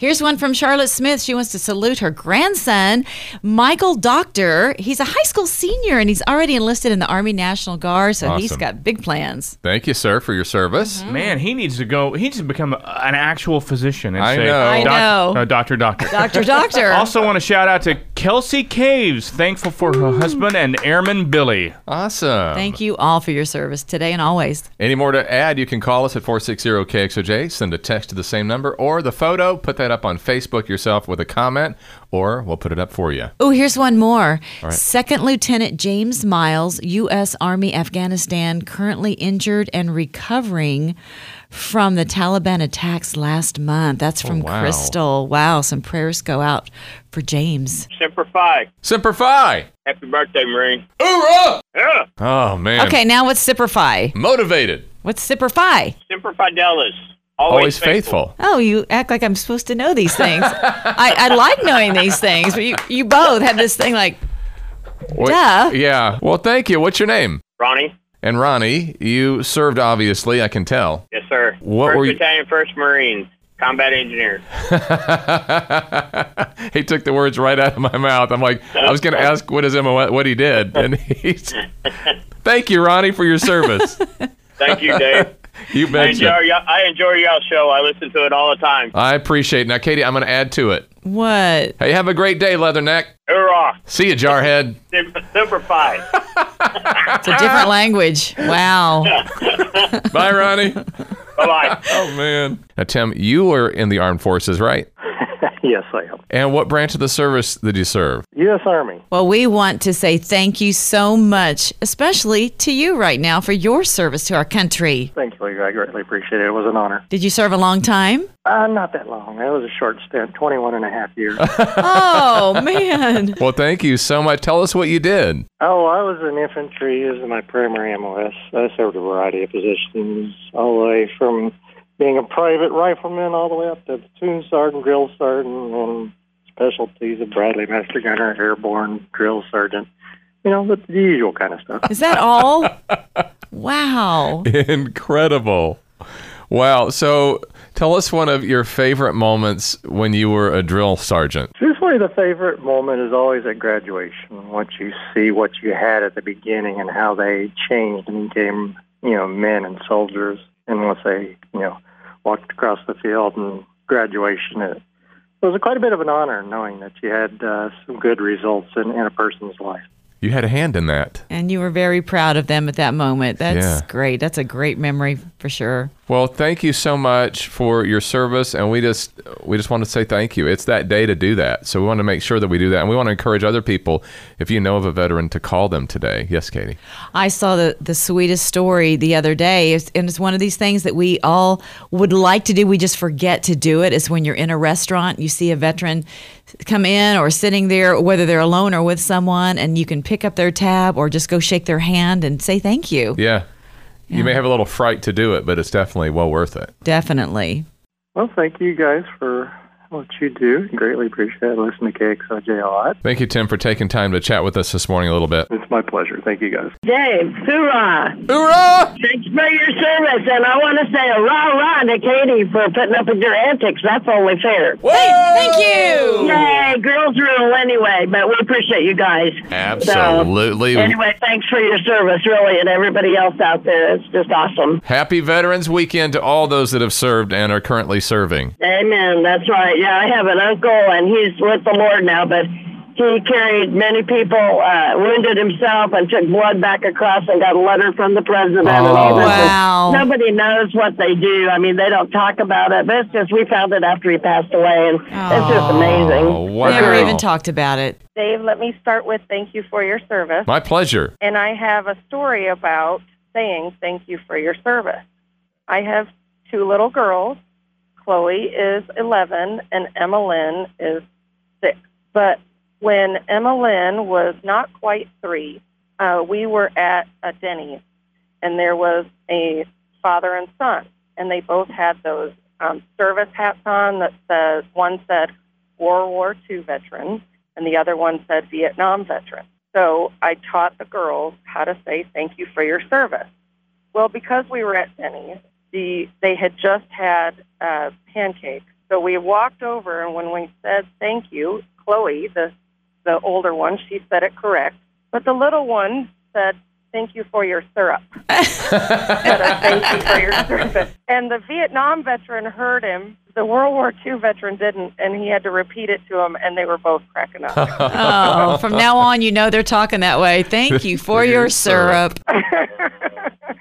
Here's one from Charlotte Smith. She wants to salute her grandson, Michael Doctor. He's a high school senior and he's already enlisted in the Army National Guard, so he's Awesome. got big plans. Thank you, sir, for your service. Mm-hmm. Man, he needs to go. He needs to become a- an actual physician. And I say, know. I know. uh, doctor, doctor. Doctor, doctor. also, want to shout out to Kelsey Caves, thankful for her husband and airman Billy. Awesome. Thank you all for your service today and always. Any more to add, you can call us at 460-KXOJ, send a text to the same number or the photo, put that up on Facebook yourself with a comment, or we'll put it up for you. Oh, here's one more. Second Lieutenant James Miles, U.S. Army Afghanistan, currently injured and recovering from the Taliban attacks last month. That's from Oh, wow. Crystal. Wow, some prayers go out for James. Semper Fi. Semper Fi! Happy birthday, Marie. Hoorah! Yeah. Oh, man. Okay, now what's Sipperfy? Motivated. What's Sipperfy? Semper Fidelis. Always, Always, faithful. Oh, you act like I'm supposed to know these things. I, I like knowing these things, but you, you both have this thing like, Wait- Duh. Yeah. Well, thank you. What's your name? Ronnie. And Ronnie, you served, obviously, I can tell. Yes, sir. What First were you- Battalion, First Marine, combat engineer. he took the words right out of my mouth. I'm like, I was going to ask what his MO, what he did, and he's. Thank you, Ronnie, for your service. Thank you, Dave. You Uh, I betcha. enjoy, y'all, I enjoy y'all's show. I listen to it all the time. I appreciate. it. Now, Katie, I'm going to add to it. what? Hey, have a great day, Leatherneck. Hoorah. See you, Jarhead. Semper, Semper Fi. It's a different language. Wow. Bye, Ronnie. Bye-bye. Oh man. Now, Tim, you were in the armed forces, right? Yes, I am. And what branch of the service did you serve? U.S. Army. Well, we want to say thank you so much, especially to you right now for your service to our country. Thank you. I greatly appreciate it. It was an honor. Did you serve a long time? Uh, not that long. It was a short stint, 21 and a half years. Oh, man. Well, thank you so much. Tell us what you did. oh, I was in infantry as my primary MOS. I served a variety of positions, all the way from being a private rifleman all the way up to platoon sergeant, drill sergeant, and specialties of Bradley Master Gunner, airborne drill sergeant. You know, the, the usual kind of stuff. Is that all? Wow. Incredible. Wow. So, tell us one of your favorite moments when you were a drill sergeant. Truthfully, the favorite moment is always at graduation. What you see, what you had at the beginning, and how they changed and became, you know, men and soldiers. And once they, you know, walked across the field and graduation, it, it was quite a bit of an honor knowing that you had uh, some good results in, in a person's life. You had a hand in that. And you were very proud of them at that moment. That's Yeah. great. That's a great memory for sure. Well, thank you so much for your service, and we just we just want to say thank you. It's that day to do that, so we want to make sure that we do that, and we want to encourage other people. If you know of a veteran, to call them today. Yes, Katie. I saw the, the sweetest story the other day, It's- and it's one of these things that we all would like to do. We just forget to do it. Is when you're in a restaurant, you see a veteran come in or sitting there, whether they're alone or with someone, and you can pick up their tab or just go shake their hand and say thank you. Yeah. You may have a little fright to do it, but it's definitely well worth it. Definitely. Well, thank you guys for what you do. Greatly appreciate it. I listen to KXOJ a lot. Thank you, Tim, for taking time to chat with us this morning a little bit. It's my pleasure. Thank you guys. Dave, hoorah! Hoorah! Thanks for your service, and I want to say a rah rah to Katie for putting up with your antics. That's only fair. Thank you. Yay, girls rule anyway, but we appreciate you guys. Absolutely. So, anyway, thanks for your service, really, and everybody else out there. It's just awesome. Happy Veterans Weekend to all those that have served and are currently serving. Amen. That's right. Yeah, I have an uncle, and he's with the Lord now, but he carried many people, uh, wounded himself, and took blood back across and got a letter from the president. and all Oh. this. Wow. Nobody knows what they do. I mean, they don't talk about it, but it's just we found it after he passed away, and it's just amazing. Oh, wow. Never even talked about it. Dave, let me start with thank you for your service. My pleasure. And I have a story about saying thank you for your service. I have two little girls. Chloe is 11 and Emma Lynn is 6. But when Emma Lynn was not quite 3, uh, we were at a Denny's and there was a father and son and they both had those um, service hats on that says one said World War II veteran and the other one said Vietnam veteran. So I taught the girls how to say thank you for your service. Well, because we were at Denny's, the they had just had uh, pancakes So we walked over, and when we said thank you, Chloe, the the older one, she said it correct, but the little one said thank you for your syrup. Instead of thank you for your service. And the Vietnam veteran heard him. The World War II veteran didn't, and he had to repeat it to him, and they were both cracking up. Oh, from now on, you know they're talking that way. Thank you for your syrup.